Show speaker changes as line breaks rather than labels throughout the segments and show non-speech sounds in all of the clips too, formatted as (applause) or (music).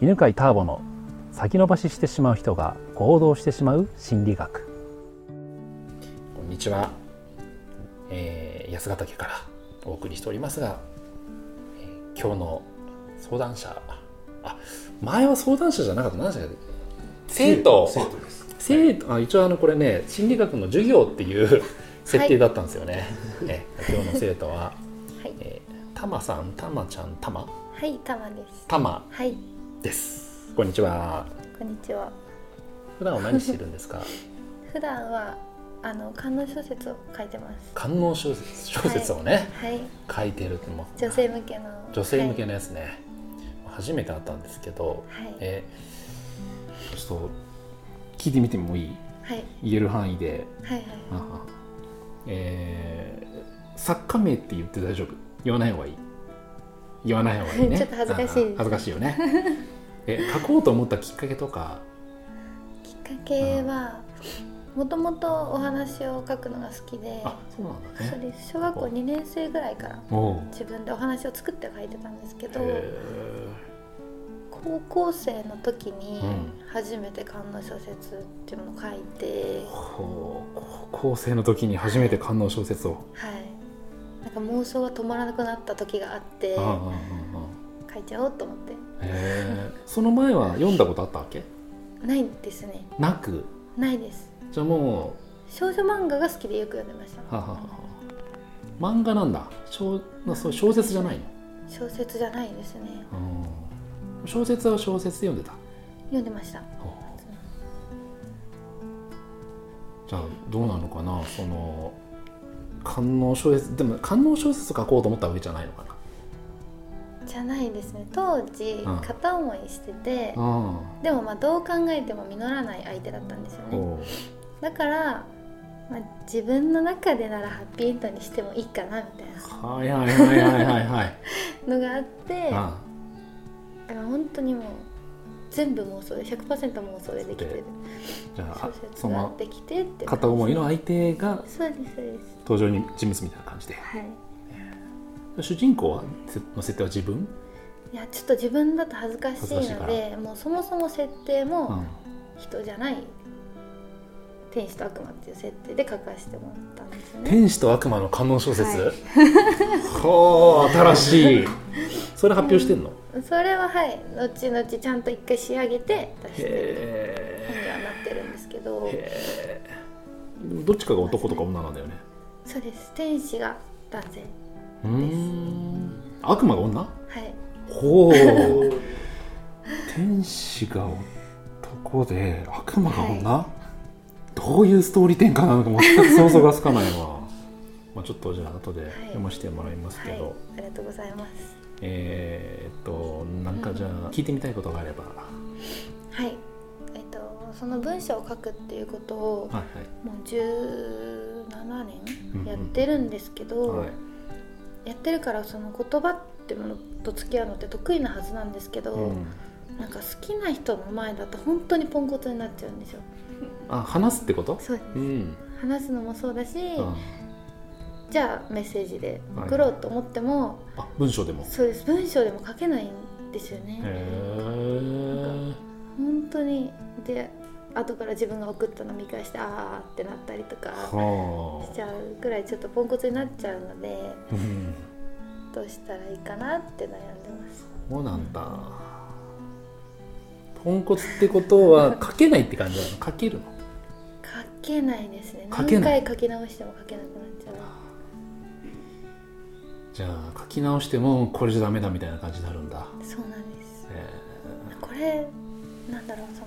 犬飼ターボの先延ばししてしまう人が行動してしまう心理学
こんにちは、えー安ヶ岳からお送りしておりますが、えー今日の相談者あ前は相談者じゃなかった何でしたっけ生徒
生徒です。
生徒あ一応あのこれね心理学の授業っていう設定だったんですよね、え今日の生徒は、
はい
えー、たまさんたまちゃんたま
はい、たまです。
たま
はい、
ですこんにちは
こんにちは。
普段は何してるん (laughs) ですか
普段はあの観音小説を書いてます。
観音小説小説をね、
はい、
書いてるってもう
女性向けの。
女性向けのやつね、初めて会ったんですけど、
はい。はい。
えーちょっと聞いてみてもいい
はい。
言える範囲で、
はい。
えー作家名って言って大丈夫言わない方がいい言わない方がいいね (laughs)
ちょっと恥ずかしいです
うん恥ずかしいよ (laughs) ねえ書こうと思ったきっかけとか
きっかけは。もともとお話を書くのが好きで。
あそうなんだ
そう
ね
です。小学校2年生ぐらいから。
おう
自分でお話を作って書いてたんですけど
へ
高校生の時に
うん
初めて観音小説っていうのを書い
ー
て、
ほう高校生の時に初めて観音小説を、
はいなんか妄想が止まらなくなった時があって
ああああああ
書いちゃおうと思って
へーその前は読んだことあったわけ
ないですね
なく
ないです
じゃあも
少女漫画が好きでよく読んでました
うはははは漫画なんだ小なそう小説じゃないの、
小説じゃないですね
うん小説は小説で読んでた
読んでました
ほうじゃあどうなのかなその観音小説でも観音小説書こうと思ったわけじゃないのかな
じゃないですね当時
うん
片思いしてて
あ
でもまあどう考えても実らない相手だったんですよ
あ
ね
ほ
だから、まあ、自分の中でならハッピーエンドにしてもいいかなみたいう
はいはいはいはいはいはい
なのがあってだか
あ
ら本当にもう全部妄想で100%妄想でできてる
あじゃあ
小説
そ
が
の
できてっていう感じ
片思いの相手が
そうですそうです
登場に人物みたいな感じで
はい
主人公はせの設定は自分、
いやちょっと自分だと恥ずかしい
恥ず
の
かしい
でもうそもそも設定
う
も
ん
人じゃない、天使と悪魔っていう設定で書かせてもらったんですよね
天使と悪魔の観音小 (laughs) 説、ほう新しいそれ発表してんの、
それははい後々ちゃんと一回仕上げて出してる本
へ
にはなってるんですけ
え
ど
へえでもどっちかが男とか女なんだよね
そうです天使が男性
うーん悪魔が女
はい
ほう天使が男で悪魔が女、どういうストーリー展開なのか全く想像がつかない (laughs) わまあちょっとじゃあ後で読ませてもらいますけ
は
ど、
いありがとうございます
えーっとなんかじゃあ聞いてみたいことがあれば、
はいえっとその文章を書くっていうことを
はい
もう17
うんうん
年やってるんですけど、
はいはい
やってるからその言葉ってものと付き合うのって得意なはずなんですけど、
うん、
なんか好きな人の前だと本当にポンコツになっちゃうんですよ
あ話すってこと
そうです
うん、
話すのもそうだし、
あ
じゃあメッセージで送ろうと思っても、
あ文章でもへ
そうです文章でも書けないんですよね、
え
本当にで後から自分が送ったの見返してあーってなったりとか
は
しちゃうぐらいちょっとポンコツになっちゃうので
あ、うん、
どうしたらいいかなって悩んでます
そうなんだポンコツってことは書けないって感じな
(laughs)
の書けるの
書けないですね
書け
何
ない
回書き直しても書けなくなっちゃう
じゃあ書き直してもこれじゃダメだみたいな感じになるんだ、
そうなんです
え
これなんだろうその、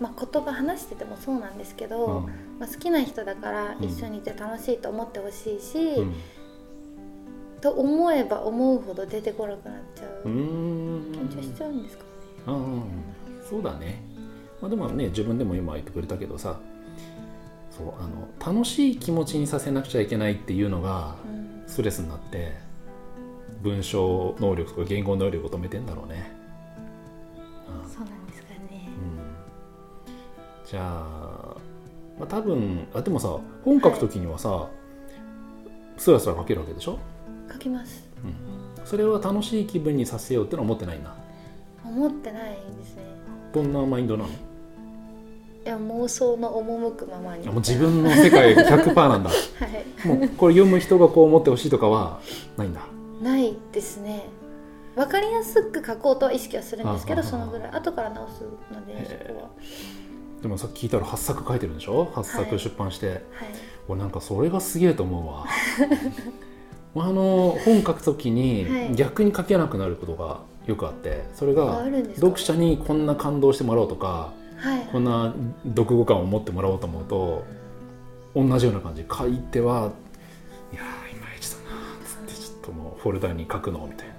まあ、言葉話しててもそうなんですけ
え
ど、
うん
まあ、好きな人だから
うん
一緒にいて楽しいと思ってほしいし、
うん
と思えば思うほど出てこなくなっちゃう、
うーん
緊張しちゃうんですかね
うんうんうんそうだね、まあ、でもね自分でも今言ってくれたけどさそうあの楽しい気持ちにさせなくちゃいけないっていうのが
うん
ストレスになって文章能力とか言語能力を止めてんだろうね、
そうなんですかね
うんうんじゃあ、まあ、多分あでもさ本書く時にはさ、スラスラ書けるわけでしょ、
書きます
うん、それは楽しい気分にさせようってのは思ってないんだ
思思ってないですね
どんなマインドなの
いや妄想の赴くままに
あもう自分の世界100%なんだ (laughs)
はい
もうこれ読む人がこう思ってほしいとかはないんだ
ないですね分かりやすく書こうとは意識はするんですけど
あああ
そのぐらい後から直すので
へえ
そこは
でもさっき聞いたら8作書いてるんでしょ8
は
作
い
出版して、
はい
俺なんかそれがすげえと思うわ (laughs) あの本書くとき
は
に
い
逆に書けなくなることがよくあってそれ
あ
が
あるんですか
読者にこんな感動してもらおうとか
はい
こんな読後感を持ってもらおうと思うと同じような感じ書いてはいやーいまいちだなーっつってちょっともうフォルダに書くのみたいな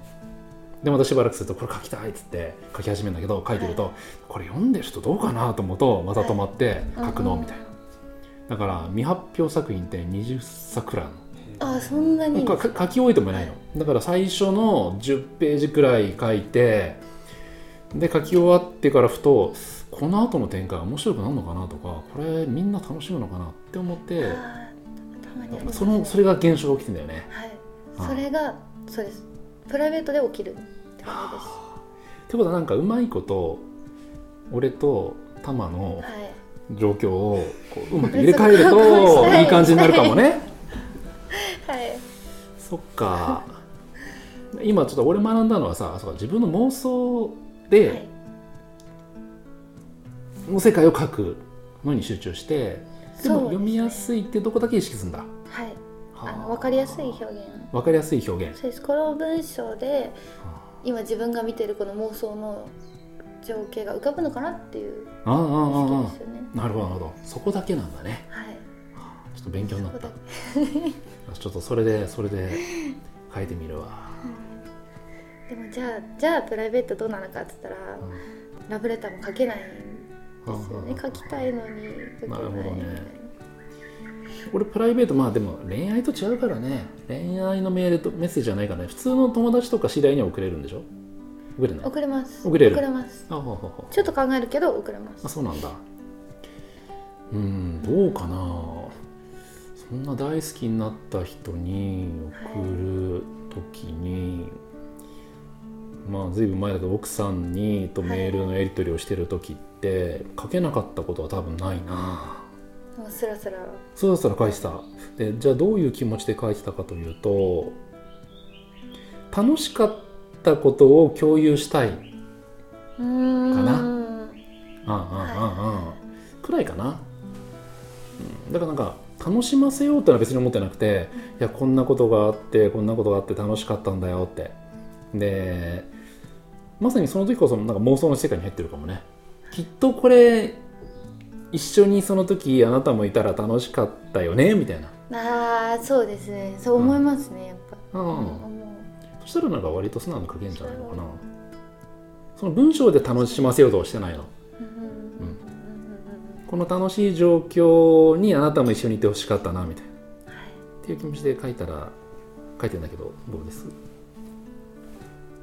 でまたしばらくするとこれ書きたいっつって書き始めるんだけど書いてると、これ読んでる人どうかなと思うとまた止まって書くのみたいな、だから未発表作品って20作くらいあるの
ああそんなに
かか書き終えてもないのだから最初の10ページくらい書いてで書き終わってからふとこの後の展開面白くなるのかなとかこれみんな楽しむのかなって思って
ああたまにあります
そのそれが現象が起きてんだよね
はい
ああ
それがそうですプライベートで起きるって感じです
ってことはなんかうまいこと俺とタマの
はい
状況をこううまく入れ替えると
(laughs)
いい感じになるかもね
はい
そっか今ちょっと俺学んだのはさそうか自分の妄想で、
はい
の世界を書くのに集中してでも
そうですね
読みやすいってどこだけ意識するんだ、
はい
は
あの分かりやすい表現
わかりやすい表現
そうですこの文章で
あ
今自分が見てるこの妄想の情景が浮かぶのかなっていう
ああああ
意識
あ
ですよね
あなるほどなるほどそこだけなんだね
はい
ちょっと勉強になっ
そ
た
こ
ちょっとそれでそれで書いてみるわ、
でもじゃあじゃあプライベートどうなのかって言ったら
うん
ラブレターも書けないんですよね
ああ
書きたいのに書けな
ないるほ
みた
ど
い
ね
な
俺プライベートまあでも恋愛と違うからね恋愛のメールとメッセージじゃないからね普通の友達とか知り合いには送れるんでしょ送れない
遅れます
遅れる
ます
あほうほうほう
ちょっと考えるけど遅れます
あそうなんだうんどうかなそんな大好きになった人に送る時に、まあ随分前だけど奥さんにとメールのやり取りをしてる時って書けなかったことは多分ないな
もうスラスラ
そろそろ返したでじゃあどういう気持ちで返したかというと楽しかったことを共有したい
かな
かああああああくらいかな、うん、だからなんか楽しませようってのは別に思ってなくていやこんなことがあってこんなことがあって楽しかったんだよってでまさにその時こそなんか妄想の世界に入ってるかもねきっとこれ一緒にその時あなたもいたら楽しかったよねみたいな、
あーそうですねそう思いますねやっぱ
う
うんん
そしたらなんか割と素直に書けるんじゃないのかなその文章で楽しませようとはしてないの
うん
この楽しい状況にあなたも一緒にいてほしかったなみたいな、っていう気持ちで書いたら書いてんだけどどうです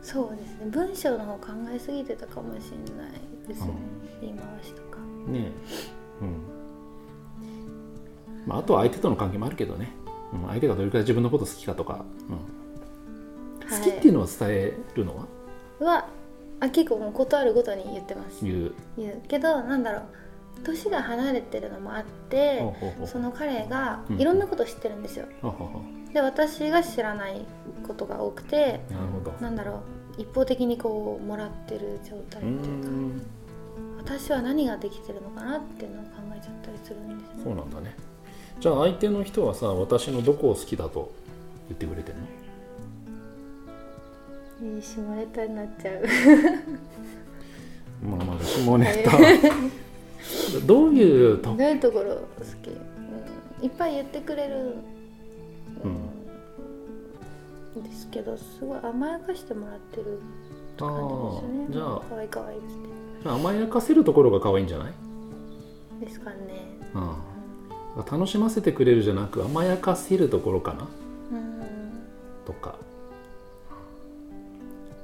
そうですね文章の方考えすぎてたかもしれないですね言い回しとか
ねえうん、まあ、あとは相手との関係もあるけどね、うん、相手がどれくらい自分のこと好きかとか、うん好きっていうのは伝えるのは、
はあ結構もうことあるごとに言ってます
いう
言うけどなんだろう年が離れてるのもあって
ほうほうほう
その彼が
うん
いろんなこと知ってるんですよ、
ほうほうほ
で私が知らないことが多くて
うなるほど
なんだろう一方的にこうもらってる状態
うー
というか
ん
私は何ができてるのかなっていうのを考えちゃったりするんです
そ
ね
うなんだねじゃあ相手の人はさ私のどこを好きだと言ってくれてるの
えー、下ネタになっちゃう
まあまあ下ネタどういうと
どういうところ好き、うん、いっぱい言ってくれる、うん、ですけどすごい甘やかしてもらってる
あ
感
あ
じです
じ
ね
ゃあ
可愛い可愛いって
甘やかせるところが可愛いんじゃない、
ですかね
うん、楽しませてくれるじゃなく甘やかせるところかな
うん
とか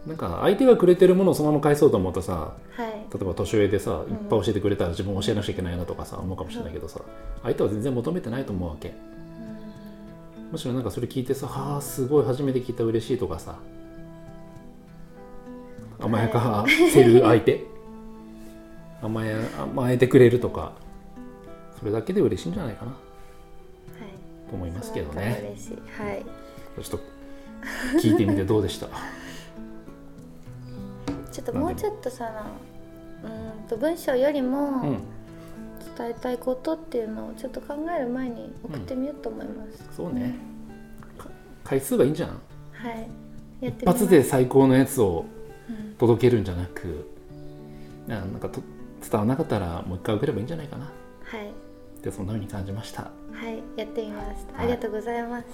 なんか相手がくれてるものをそのまま返そうと思うとさ
はい
例えば年上でさい
ん
っぱい教えてくれたら自分教えなくちゃいけないなとかさ思うかもしれないけどさ相手は全然求めてないと思うわけむしろなんかそれ聞いてさ「はあすごい初めて聞いた嬉しい」とかさ甘やかせる相手甘や甘えてくれるとかそれだけで嬉しいんじゃないかなと思いますけど
そうだったら
ね
嬉しいはい
ちょっと聞いてみてどうでした
ちょっともうちょっとさうーんと文章より
う
も
ん
伝えたいことっていうのをちょっと考える前に送ってみようと思います、
そうねか回数がいいんじゃん
はいやって
一
みます
発で最高のやつを
うん
届けるんじゃなくななんかと伝わらなかったらもう一回送ればいいんじゃないかな
はい
でそんな風に感じました、は
はいやってみました、
はい
ありがとうございます、
い、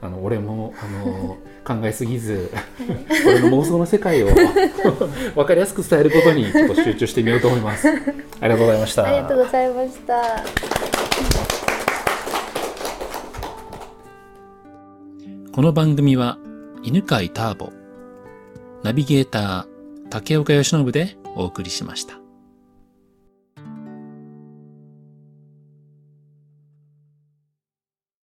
あの俺もあの考えすぎず (laughs) 俺の妄想の世界を (laughs) 分かりやすく伝えることにちょっと集中してみようと思いますありがとうございました
ありがとうございました
この番組は犬飼ターボ、ナビゲーター竹岡由伸でお送りしました。